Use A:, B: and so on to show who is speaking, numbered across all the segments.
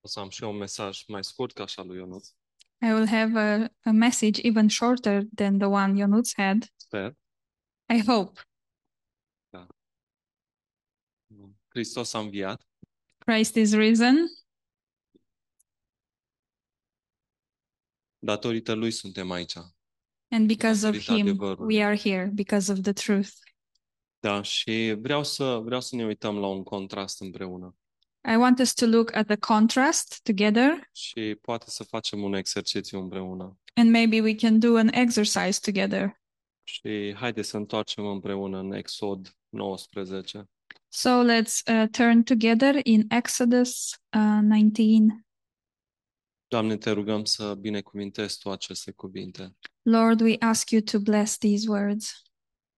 A: O să am și eu un mesaj mai scurt ca așa lui Ionut,
B: I will have a, a message even shorter than the one Ionuț had.
A: sper.
B: I hope
A: Da. Hristos a înviat,
B: Christ is risen.
A: datorită lui suntem aici.
B: And because of
A: Datorită
B: him,
A: adevărului.
B: we are here, because of the truth.
A: Da, și vreau să, vreau să ne uităm la un contrast împreună
B: I want us to look at the contrast together,
A: și poate să facem un exercițiu împreună.
B: and maybe we can do an exercise together.
A: Și haide să întoarcem împreună în Exod 19.
B: So let's uh, turn together in Exodus uh, 19.
A: Doamne, te rugăm să binecuvintezi Tu aceste cuvinte.
B: Lord, we ask you to bless these words.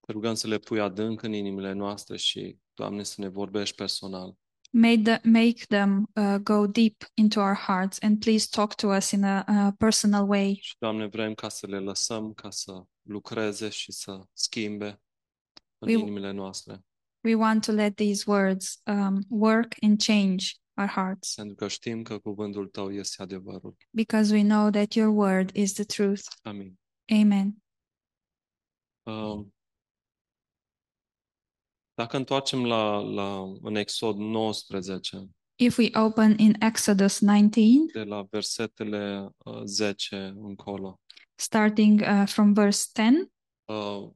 A: Te rugăm să le pui adânc în inimile noastre și, Doamne, să ne vorbești personal.
B: Made the, make them uh, go deep into our hearts, and please talk to us in a, a personal way.
A: Și, Doamne, vrem ca să le lăsăm, ca să lucreze și să schimbe în
B: We-
A: inimile noastre.
B: We want to let these words um, work and change our hearts
A: Pentru că știm că cuvântul Tău este adevărul.
B: because we know that your word is the truth.
A: Amin.
B: Amen.
A: Um, Dacă întoarcem la, la, în Exod 19,
B: If we open in Exodus 19,
A: de la versetele uh, 10 încolo,
B: starting uh, from verse 10,
A: uh,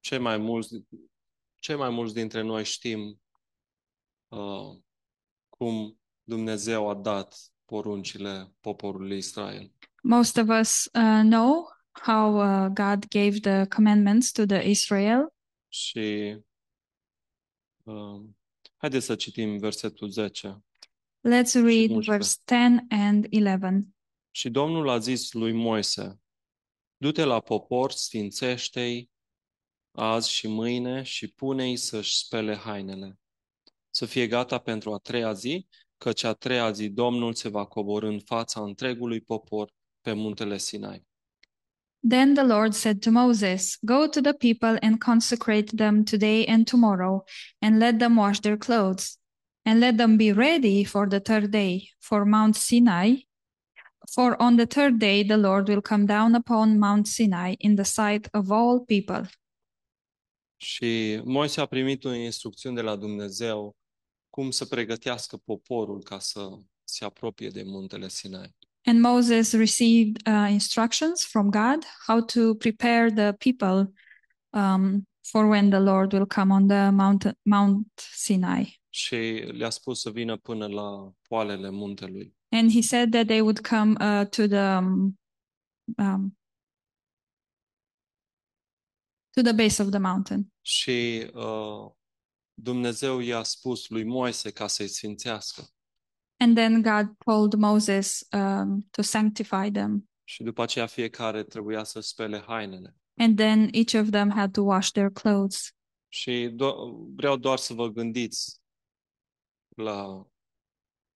A: cei mai mulți, cei mai mulți dintre noi știm uh, cum Dumnezeu a dat poruncile poporului Israel.
B: most of us uh, know how uh, God gave the commandments to the Israel.
A: Și uh, haideți să citim versetul 10.
B: Let's read
A: 11.
B: verse 10 and 11.
A: Și Domnul a zis lui Moise, du-te la popor, sfințește-i azi și mâine și pune-i să-și spele hainele. Să fie gata pentru a treia zi, căci a treia zi Domnul se va coborî în fața întregului popor pe muntele Sinai.
B: Then the Lord said to Moses, Go to the people and consecrate them today and tomorrow, and let them wash their clothes, and let them be ready for the third day, for Mount Sinai. For on the third day the Lord will come down upon Mount Sinai in the sight of all people.
A: Și Moise a primit o instrucțiune de la Dumnezeu cum să pregătească poporul ca să se apropie de muntele Sinai.
B: And Moses received uh, instructions from God how to prepare the people um, for when the Lord will come on the Mount, Mount Sinai.
A: Și le-a spus să vină până la poalele muntelui.
B: And he said that they would come uh, to the um, um, to the base of the mountain.
A: Și uh, Dumnezeu i-a spus lui Moise ca să-i sfințească.
B: And then God told Moses um, to sanctify them.
A: Și după aceea fiecare trebuia să spele hainele.
B: And then each of them had to wash their clothes.
A: Și do- vreau doar să vă gândiți la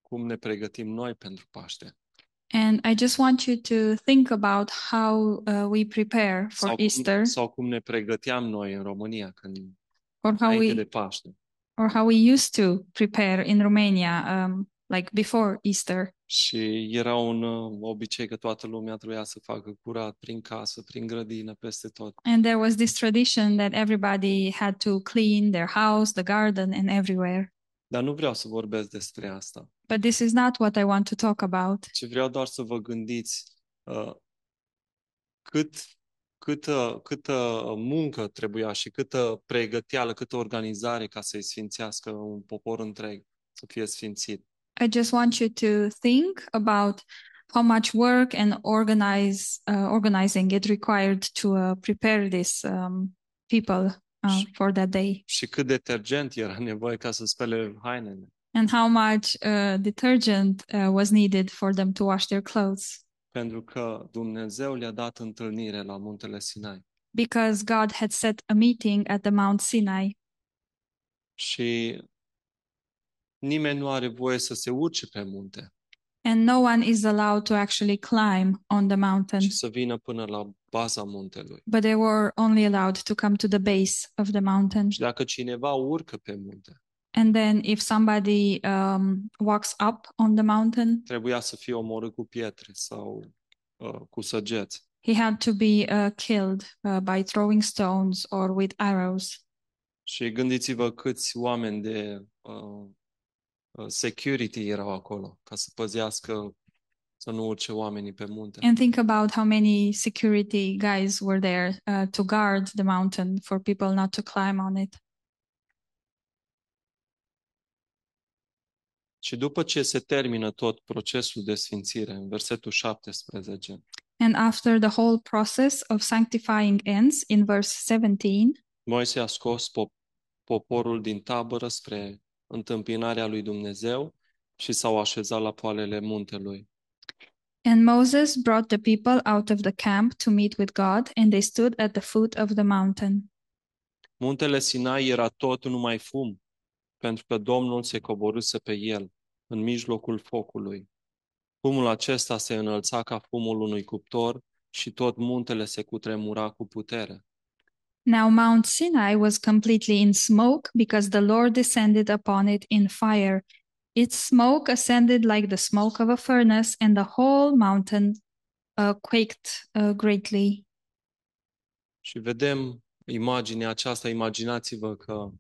A: cum ne pregătim noi pentru Paște.
B: And I just want you to think about how uh, we prepare for
A: Sau cum,
B: Easter,
A: sau cum ne pregăteam noi în România când
B: or how
A: înainte de
B: we
A: Paște.
B: or how we used to prepare in Romania, um, like before Easter.
A: Și era un uh, obicei că toată lumea trebuia să facă curat prin casă, prin grădină, peste tot.
B: And there was this tradition that everybody had to clean their house, the garden, and everywhere.
A: Dar nu vreau să vorbesc despre asta,
B: But this is not what I want to talk about.
A: ci vreau doar să vă gândiți uh, cât, câtă, câtă muncă trebuia și câtă pregăteală, câtă organizare ca să-i sfințească un popor întreg, să fie sfințit.
B: I just want you to think about how much work and organize uh, organizing it required to uh, prepare this um, people uh, for that day,
A: Și cât detergent era nevoie ca să spele hainele.
B: and how much uh, detergent uh, was needed for them to wash their clothes,
A: Pentru că Dumnezeu le-a dat întâlnire la muntele Sinai.
B: because God had set a meeting at the Mount Sinai,
A: Și nimeni nu are voie să se urce pe munte
B: and no one is allowed to actually climb on the mountain,
A: și să vină până la baza muntelui.
B: but they were only allowed to come to the base of the mountain.
A: Și dacă cineva urcă pe munte,
B: And then if somebody um, walks up on the mountain,
A: Trebuia să fie omorât cu pietre sau uh, cu săgeți.
B: he had to be uh, killed uh, by throwing stones or with arrows.
A: Și gândiți-vă câți oameni de uh, uh, security erau acolo ca să păzească să nu urce oamenii pe munte.
B: And think about how many security guys were there uh, to guard the mountain for people not to climb on it.
A: Și după ce se termină tot procesul de sfințire, în versetul 17,
B: And after the whole process of sanctifying ends in verse 17,
A: Moise a scos pop- poporul din tabără spre întâmpinarea lui Dumnezeu și s-au așezat la poalele muntelui.
B: and Moses brought the people out of the camp to meet with God, and they stood at the foot of the mountain.
A: Muntele Sinai era tot numai fum, pentru că Domnul se coborâse pe el, în mijlocul focului. Fumul acesta se înălța ca fumul unui cuptor și tot muntele se cutremura cu putere.
B: Now Mount Sinai was completely in smoke because the Lord descended upon it in fire. Its smoke ascended like the smoke of a furnace, and the whole mountain uh, quaked uh, greatly.
A: Și vedem imaginea aceasta, imaginați-vă că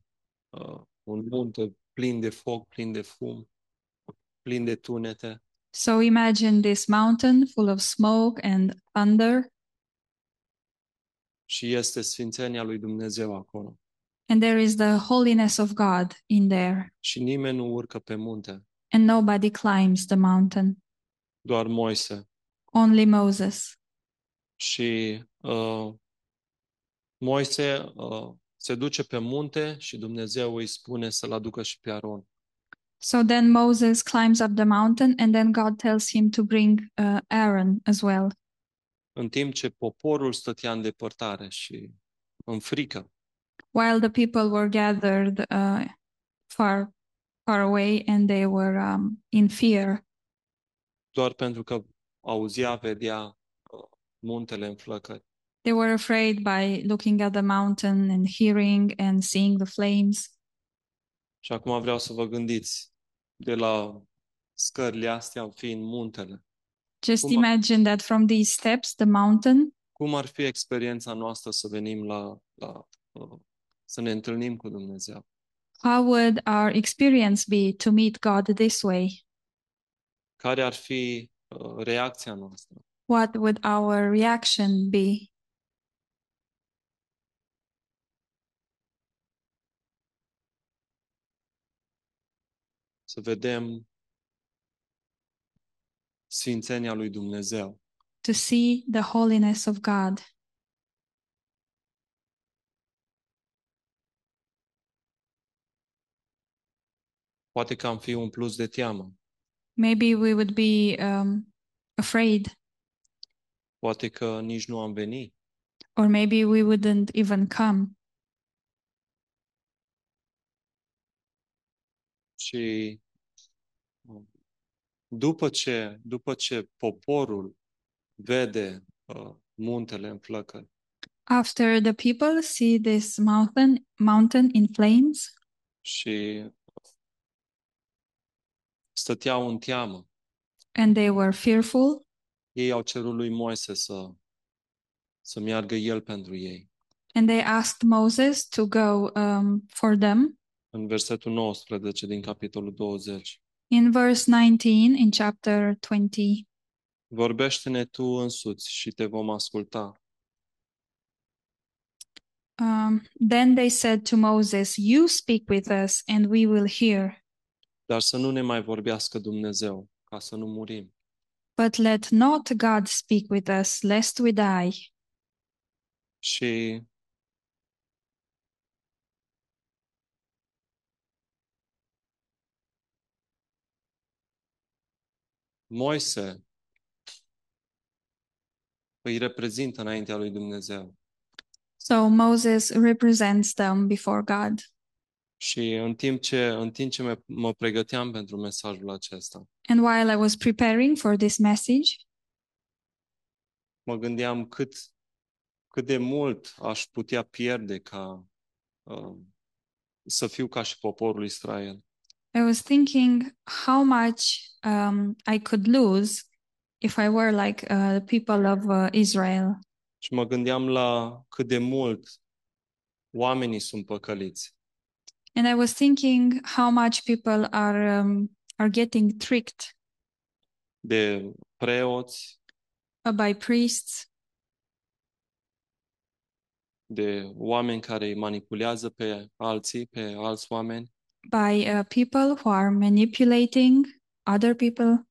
A: uh, un munte plin de foc, plin de fum, plin de tunete,
B: So imagine this mountain full of smoke and thunder,
A: și este sfințenia lui Dumnezeu acolo.
B: and there is the holiness of God in there,
A: Și nimeni nu urcă pe munte,
B: and nobody climbs the mountain,
A: doar Moise.
B: only Moses.
A: Și uh, Moise uh, se duce pe munte și Dumnezeu îi spune să-l aducă și pe Aron.
B: So then Moses climbs up the mountain, and then God tells him to bring uh, Aaron as well.
A: În timp ce poporul stătea în depărtare și în frică,
B: while the people were gathered uh, far far away and they were um, in fear
A: doar pentru că auzea, vedea uh, muntele în flăcări.
B: they were afraid by looking at the mountain and hearing and seeing the flames
A: Și acum vreau să vă gândiți, de la scările astea fiind muntele,
B: just
A: Uma-
B: imagine that from these steps the mountain
A: cum ar fi experiența noastră să venim la, la uh, să ne întâlnim cu Dumnezeu?
B: how would our experience be to meet god this way
A: Care ar fi uh, reacția noastră?
B: what would our reaction be
A: Să vedem sfințenia lui Dumnezeu.
B: to see the holiness of god
A: Poate că am fi un plus de teamă,
B: maybe we would be um, afraid
A: poate că nici nu am venit,
B: or maybe we wouldn't even come
A: Și um, după ce, după ce poporul vede uh, muntele în flăcări,
B: After the people see this mountain mountain in flames,
A: și stăteau în teamă,
B: and they were fearful,
A: ei au cerut lui Moise să, să meargă el pentru ei.
B: and they asked Moses to go um, for them.
A: În versetul 19 din capitolul 20.
B: In verse 19 in chapter 20,
A: Vorbește-ne tu însuți și te vom asculta.
B: um, then they said to Moses, You speak with us, and we will hear,
A: Dar să nu ne mai vorbească Dumnezeu, ca să nu murim.
B: but let not God speak with us, lest we die.
A: Și Moise îi reprezintă înaintea lui Dumnezeu.
B: So Moses represents them before God.
A: Și în timp ce, în timp ce mă, mă pregăteam pentru mesajul acesta,
B: And while I was preparing for this message,
A: mă gândeam cât, cât de mult aș putea pierde ca uh, să fiu ca și poporul Israel.
B: I was thinking how much um, I could lose if I were like uh, the people of uh, Israel.
A: Și mă gândeam la cât de mult oamenii sunt păcăliți.
B: And I was thinking how much people are um, are getting tricked
A: De preoți,
B: uh, by priests,
A: de oameni care îi manipulează pe alții, pe alți oameni.
B: by uh, people who are manipulating other people,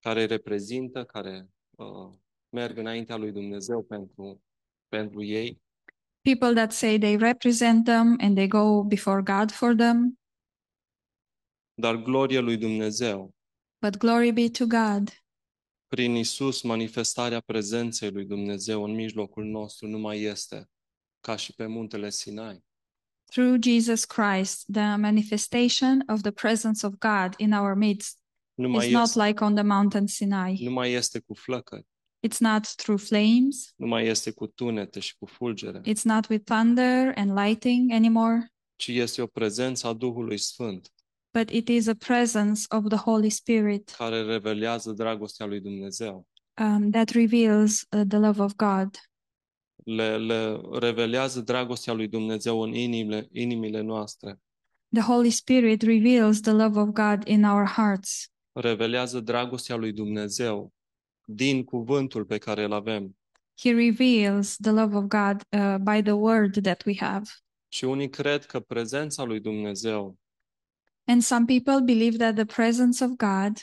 A: care îi reprezintă, care uh, merg înaintea lui Dumnezeu pentru, pentru ei.
B: people that say they represent them and they go before God for them.
A: Dar glorie lui Dumnezeu,
B: But glory be to God.
A: prin Isus, manifestarea prezenței lui Dumnezeu în mijlocul nostru nu mai este ca și pe muntele Sinai.
B: Through Jesus Christ, the manifestation of the presence of God in our midst
A: Nu
B: is
A: mai,
B: not
A: este,
B: like on the mountain Sinai.
A: nu mai este cu flăcări,
B: It's not through flames.
A: nu mai este cu tunete și cu fulgere,
B: It's not with thunder and lighting anymore,
A: ci este o prezență a Duhului Sfânt
B: but it is a presence of the Holy Spirit
A: care revelează dragostea lui Dumnezeu.
B: um, that reveals uh, the love of God.
A: Le, le revelează dragostea lui Dumnezeu în inimile, inimile noastre.
B: The Holy Spirit reveals the love of God in our hearts.
A: revelează dragostea lui Dumnezeu din cuvântul pe care îl avem.
B: He reveals the love of God uh, by the word that we have.
A: Și unii cred că prezența lui Dumnezeu
B: And some people believe that the presence of God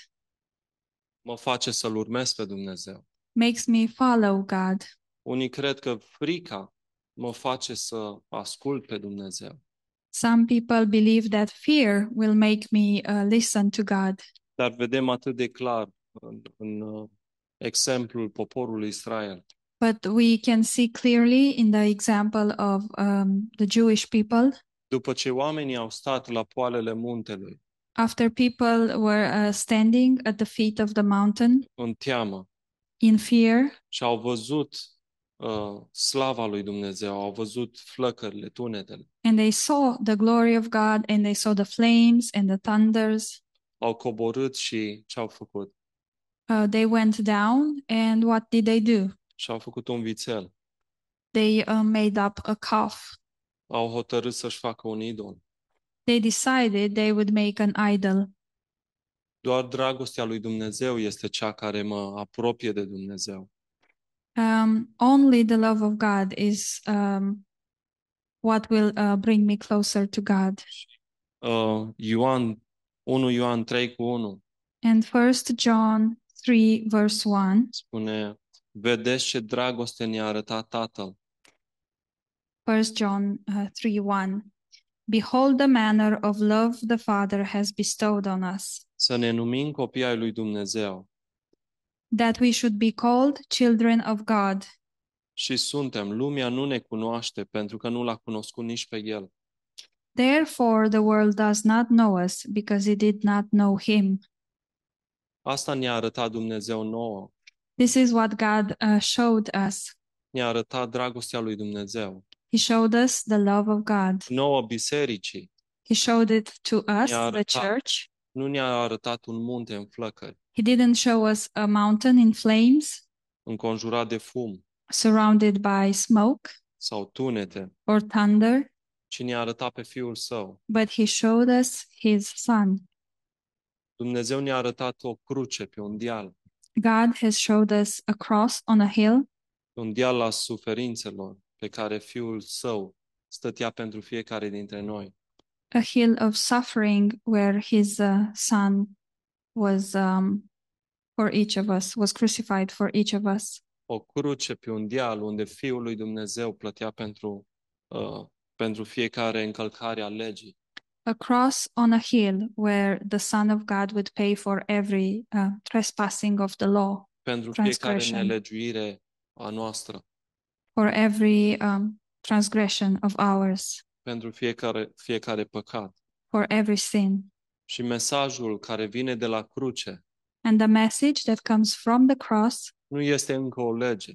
A: mă face să-L urmez pe Dumnezeu.
B: makes me follow God.
A: Unii cred că frica mă face să ascult pe Dumnezeu.
B: Some people believe that fear will make me uh, listen to God.
A: Dar vedem atât de clar în, în uh, exemplul poporului Israel.
B: But we can see clearly in the example of um, the Jewish people,
A: După ce oamenii au stat la poalele muntelui,
B: after people were uh, standing at the feet of the mountain
A: în teamă,
B: in fear,
A: și au văzut uh, slava lui Dumnezeu, au văzut flăcările, tunetele,
B: and they saw the glory of God, and they saw the flames and the thunders,
A: au coborât și ce au făcut?
B: uh, they went down. And what did they do?
A: Și au făcut un vițel.
B: They uh, made up a calf.
A: Au hotărât să-și facă un idol.
B: They decided they would make an idol.
A: Doar dragostea lui Dumnezeu este cea care mă apropie de Dumnezeu.
B: Um, only the love of God is um, what will uh, bring me closer to God.
A: Uh, Ioan, 1 Ioan 3 cu 1
B: And First John 3, verse 1.
A: spune Vedeți ce dragoste ne-a arătat Tatăl,
B: First John uh, 3, 1. Behold the manner of love the Father has bestowed on us,
A: să ne numim copii ai lui Dumnezeu.
B: that we should be called children of God.
A: Și suntem, lumea nu ne cunoaște pentru că nu l-a cunoscut nici pe El.
B: Therefore, the world does not know us, because it did not know him.
A: Asta ne-a arătat Dumnezeu nouă.
B: This is what God uh, showed us.
A: Ne-a arătat dragostea lui Dumnezeu.
B: He showed us the love of God.
A: Nouă bisericii.
B: He showed it to us,
A: Ne-a
B: the
A: arătat.
B: church.
A: nu ne-a arătat un munte în flăcări,
B: He didn't show us a mountain in flames,
A: înconjurat de fum
B: surrounded by smoke
A: sau tunete,
B: or thunder,
A: ci ne-a arătat pe Fiul Său.
B: but He showed us His Son.
A: Dumnezeu ne-a arătat o cruce pe un deal,
B: God has showed us a cross on a hill,
A: pe un deal al suferințelor pe care Fiul Său stătea pentru fiecare dintre noi.
B: a hill of suffering where His uh, Son was um, for each of us, was crucified for each of us.
A: O cruce pe un deal unde Fiul lui Dumnezeu plătea pentru, uh, pentru fiecare încălcare a legii.
B: A cross on a hill where the Son of God would pay for every uh, trespassing of the law,
A: Pentru fiecare
B: Transgression.
A: nelegiuire a noastră,
B: for every um, transgression of ours.
A: pentru fiecare, fiecare păcat.
B: for every sin.
A: și mesajul care vine de la cruce
B: And the message that comes from the cross
A: nu este încă o lege,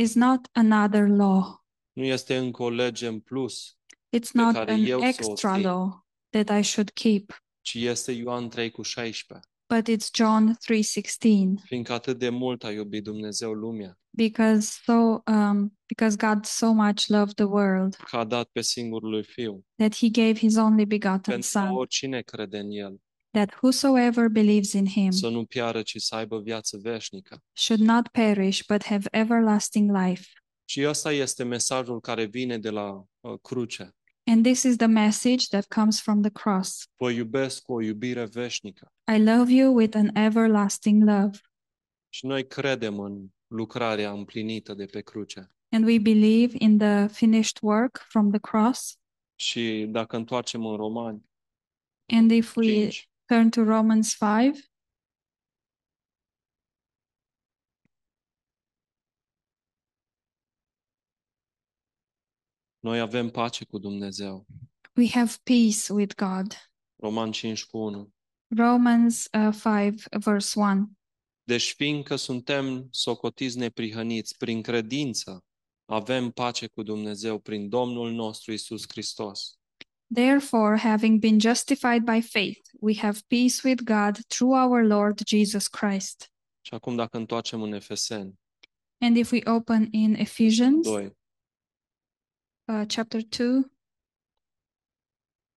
B: is not another law,
A: nu este încă o lege în plus,
B: It It's
A: pe
B: not
A: care
B: an
A: eu să o
B: extra
A: țin.
B: law that I should keep,
A: ci este Ioan 3 cu 16.
B: but it's John 3:16
A: Fiindcă atât de mult a iubit Dumnezeu lumea,
B: because so um, because God so much loved the world
A: că a dat pe singurul lui Fiu,
B: that he gave his only begotten
A: pentru
B: son
A: că oricine crede în El,
B: that whosoever believes in him
A: să nu piară, ci să aibă viață veșnică.
B: should not perish but have everlasting life.
A: Și ăsta este mesajul care vine de la uh, cruce.
B: And this is the message that comes from the cross.
A: Vă iubesc cu o iubire veșnică.
B: I love you with an everlasting love.
A: Și noi credem în lucrarea împlinită de pe cruce.
B: And we believe in the finished work from the cross.
A: Și dacă întoarcem în Romani
B: And if we
A: 5,
B: turn to Romans 5,
A: noi avem pace cu Dumnezeu.
B: we have peace with God.
A: Roman 5 cu 1.
B: Romans uh, 5, verse 1.
A: Deci fiindcă suntem socotiți neprihăniți prin credință, avem pace cu Dumnezeu prin Domnul nostru Isus Hristos.
B: Therefore, having been justified by faith, we have peace with God through our Lord Jesus Christ.
A: Și acum dacă întoarcem în Efeseni
B: And if we open in Ephesians
A: 2,
B: uh, chapter 2,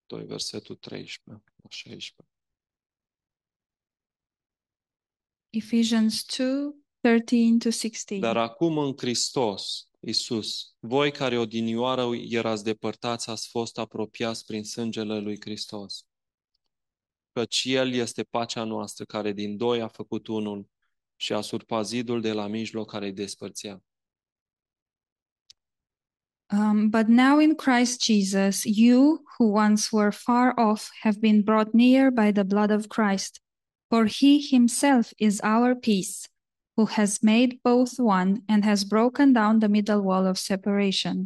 A: 2 versetul 13 la 16.
B: Ephesians 2, 13 to 16.
A: Dar acum în Hristos, Isus, voi care odinioară erați depărtați, ați fost apropiați prin sângele lui Hristos. Căci El este pacea noastră, care din doi a făcut unul și a surpat zidul de la mijloc care îi despărțea.
B: Um, but now in Christ Jesus, you who once were far off have been brought near by the blood of Christ. For he himself is our peace, who has made both one and has broken down the middle wall of separation.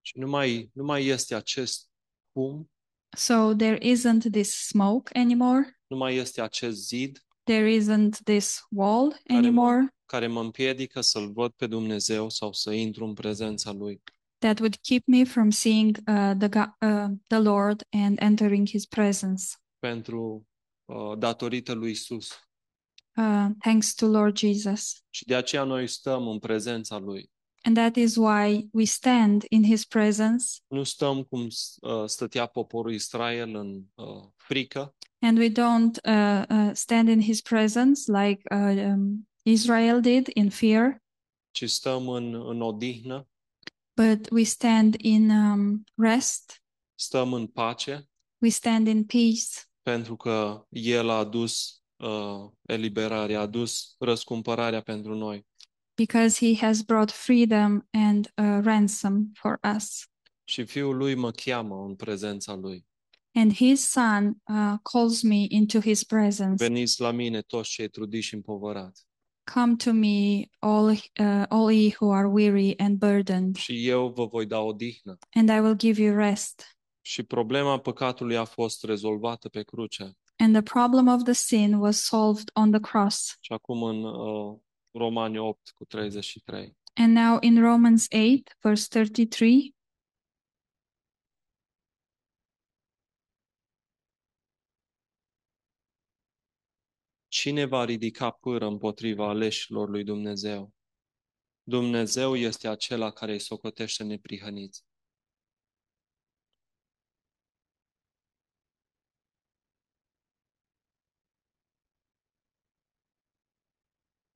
A: Și nu mai, nu mai este acest cum,
B: So there isn't this smoke anymore,
A: nu mai este acest zid
B: there isn't this wall
A: Are-
B: anymore
A: care mă împiedică să-L văd pe Dumnezeu sau să intru în prezența Lui.
B: that would keep me from seeing uh, the, go- uh, the Lord and entering his presence.
A: Pentru uh, datorită lui Isus.
B: Uh, thanks to Lord Jesus.
A: Și de aceea noi stăm în prezența Lui.
B: And that is why we stand in his presence
A: Nu stăm cum s- uh, stătea poporul Israel în uh, frică,
B: and we don't uh, uh, stand in his presence like uh, um, Israel did in fear,
A: ci stăm în, în odihnă,
B: but we stand in um, rest,
A: stăm în pace,
B: we stand in peace
A: pentru că El a adus uh, eliberarea, a adus răscumpărarea pentru noi.
B: because he has brought freedom and uh, ransom for us.
A: Și Fiul Lui mă cheamă în prezența Lui.
B: And his son uh, calls me into his presence.
A: Veniți la mine toți cei trudiți și împovărați
B: Come to me, all, uh, all ye who are weary and burdened,
A: și eu vă voi da odihnă.
B: and I will give you rest.
A: Și problema păcatului a fost rezolvată pe cruce.
B: And the problem of the sin was solved on the cross.
A: Și acum în uh, Romani 8 cu 33.
B: And now in Romans 8, verse 33,
A: Cine va ridica pâră împotriva aleșilor lui Dumnezeu? Dumnezeu este acela care îi socotește neprihăniți.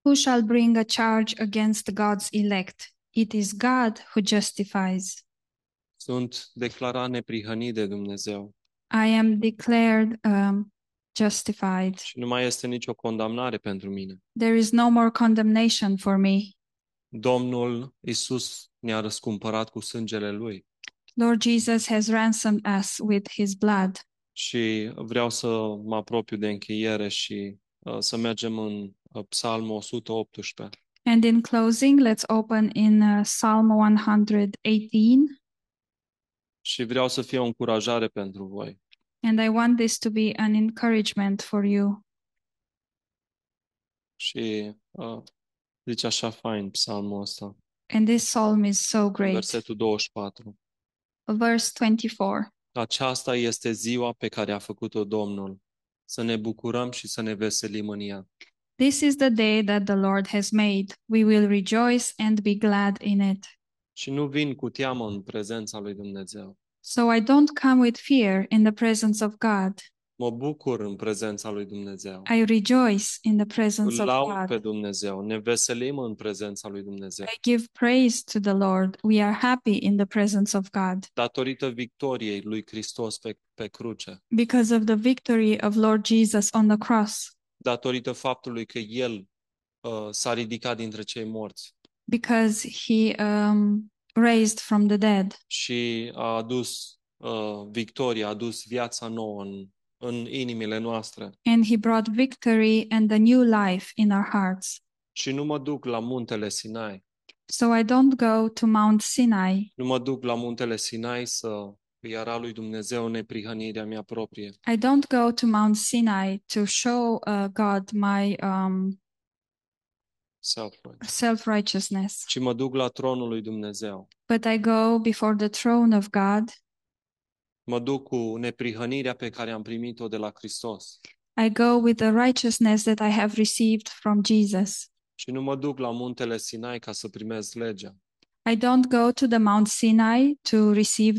B: Who shall bring a charge against God's elect? It is God who justifies.
A: Sunt declarat neprihănit de Dumnezeu
B: I am declared um, justified.
A: și nu mai este nicio condamnare pentru mine.
B: There is no more condemnation for me.
A: Domnul Isus ne-a răscumpărat cu sângele Lui
B: Lord Jesus has ransomed us with his blood.
A: și vreau să mă apropiu de încheiere și uh, să mergem în uh, Psalmul 118.
B: And in closing, let's open in uh, Psalm 118.
A: Și vreau să fie o încurajare pentru voi.
B: And I want this to be an encouragement for you.
A: Și uh, zice așa fain psalmul ăsta,
B: And this psalm is so great.
A: versetul 24.
B: verse 24.
A: Aceasta este ziua pe care a făcut-o Domnul. Să ne bucurăm și să ne veselim în ea.
B: This is the day that the Lord has made. We will rejoice and be glad in it.
A: Și nu vin cu teamă în prezența lui Dumnezeu.
B: So I don't come with fear in the presence of God.
A: Mă bucur în prezența lui Dumnezeu.
B: I rejoice in the presence
A: Îl
B: of
A: laud pe
B: God.
A: Dumnezeu. Ne veselim în prezența lui Dumnezeu.
B: I give praise to the Lord. We are happy in the presence of God
A: Datorită victoriei lui Hristos pe, pe cruce.
B: because of the victory of Lord Jesus on the cross,
A: Datorită faptului că El uh, s-a ridicat dintre cei morți
B: because he um, raised from the dead
A: și a adus uh, victoria, a adus viața nouă în, în inimile noastre.
B: and he brought victory and the new life in our hearts.
A: Și nu mă duc la muntele Sinai.
B: So I don't go to Mount Sinai.
A: Nu mă duc la muntele Sinai să îi ara lui Dumnezeu neprihănirea mea proprie.
B: I don't go to Mount Sinai to show uh, God my um,
A: Self-right.
B: self righteousness,
A: Ci mă duc la tronul lui Dumnezeu.
B: but I go before the throne of God.
A: Mă duc cu neprihănirea pe care am primit-o de la Hristos.
B: I go with the righteousness that I have received from Jesus.
A: Și nu mă duc la muntele Sinai ca să primez legea,
B: I don't go to the Mount Sinai to receive,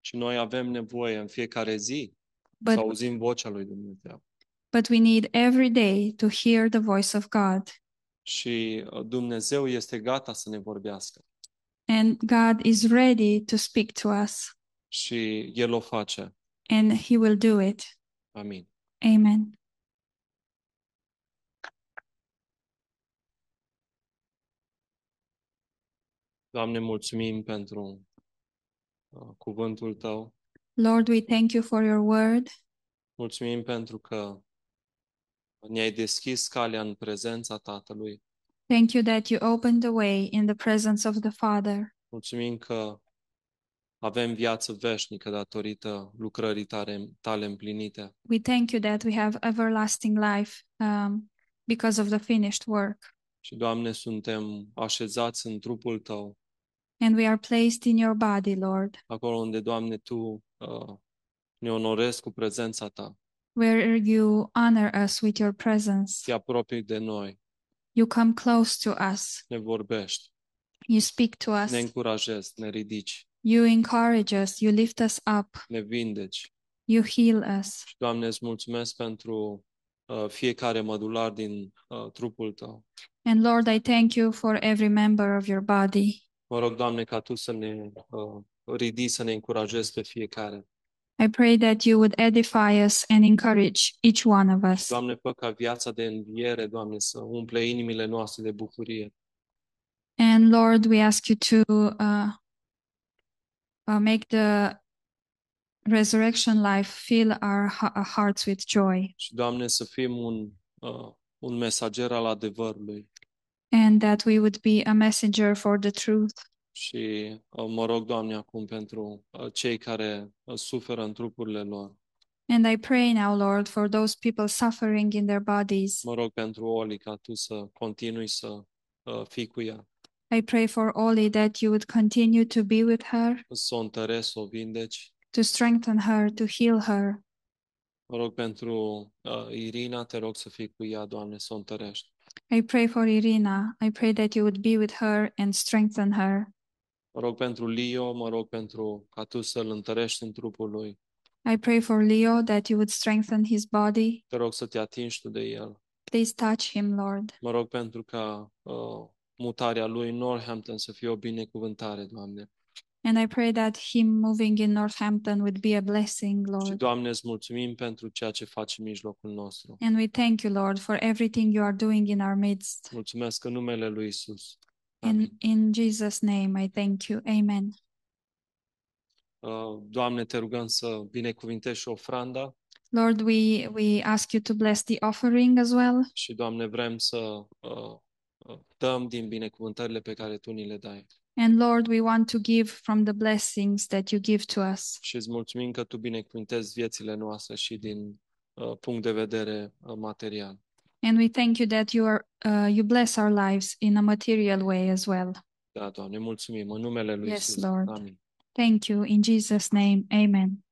A: Și noi avem nevoie în fiecare zi să
B: but,
A: auzim vocea lui Dumnezeu.
B: but we need every day to hear the voice of God.
A: Și uh, Dumnezeu este gata să ne vorbească.
B: And God is ready to speak to us,
A: Și El o face.
B: and He will do it.
A: Amin.
B: Amen.
A: Doamne, mulțumim pentru uh, cuvântul Tău.
B: Lord, we thank you for your word.
A: Mulțumim pentru că ne-ai deschis calea în prezența Tatălui.
B: Thank you that you opened the way in the presence of the Father.
A: Mulțumim că avem viață veșnică datorită lucrării tare, tale împlinite.
B: We thank you that we have everlasting life um, because of the finished work.
A: Și, Doamne, suntem așezați în trupul Tău,
B: And we are placed in your body, Lord,
A: acolo unde, Doamne, Tu uh, ne onorezi cu prezența Ta,
B: where you honor us with your presence.
A: te apropii de noi,
B: You come close to us.
A: ne vorbești,
B: You speak to us.
A: ne încurajezi, ne ridici,
B: You encourage us. You lift us up.
A: ne vindeci.
B: You heal us.
A: Și, Doamne, îți mulțumesc pentru uh, fiecare mădular din uh, trupul Tău.
B: And Lord, I thank you for every member of your body.
A: Mă rog, Doamne, ca Tu să ne uh, ridici, să ne încurajezi pe fiecare.
B: I pray that you would edify us and encourage each one of us.
A: Doamne, fă ca viața de înviere, Doamne, să umple inimile noastre de bucurie.
B: And Lord, we ask you to uh, uh, make the resurrection life fill our ha- our hearts with joy,
A: Și, Doamne, să fim un, uh, un mesager al adevărului.
B: and that we would be a messenger for the truth.
A: Și uh, mă rog, Doamne, acum pentru uh, cei care uh, suferă în trupurile lor.
B: And I pray now, Lord, for those people suffering in their bodies.
A: Mă rog pentru Oli ca Tu să continui să uh, fii cu ea,
B: I pray for Oli that you would continue to be with her,
A: să o întărești, să o vindeci.
B: to strengthen her, to heal her.
A: Mă rog pentru uh, Irina, te rog să fii cu ea, Doamne, să o întărești.
B: I pray for Irina. I pray that you would be with her and strengthen her.
A: Mă rog pentru Leo, mă rog pentru ca Tu să-l întărești în trupul lui.
B: I pray for Leo that you would strengthen his body.
A: Te rog să te atingi tu de el.
B: Please touch him, Lord.
A: Mă rog pentru ca uh, mutarea lui în Northampton să fie o binecuvântare, Doamne.
B: And I pray that him moving in Northampton would be a blessing,
A: Și,
B: Lord.
A: Doamne, îți mulțumim pentru ceea ce faci în mijlocul nostru.
B: And we thank you, Lord, for everything you are doing in our midst.
A: Mulțumesc în numele lui Isus.
B: And in Jesus' name, I thank you. Amen.
A: Uh, Doamne, te rugăm să binecuvintești și ofranda
B: Lord, we, we ask you to bless the offering as well.
A: ă, și, Doamne, vrem să uh, uh, dăm din binecuvântările pe care Tu ni le dai.
B: And Lord, we want to give from the blessings that you give to us.
A: și îți mulțumim că tu binecuvântezi viețile noastre și din uh, punct de vedere uh, material.
B: And we thank you that you are uh, you bless our lives in a material way as well.
A: Da, Doamne, mulțumim în numele lui
B: Yes,
A: Iisus.
B: Lord.
A: Amin.
B: Thank you in Jesus name. Amen.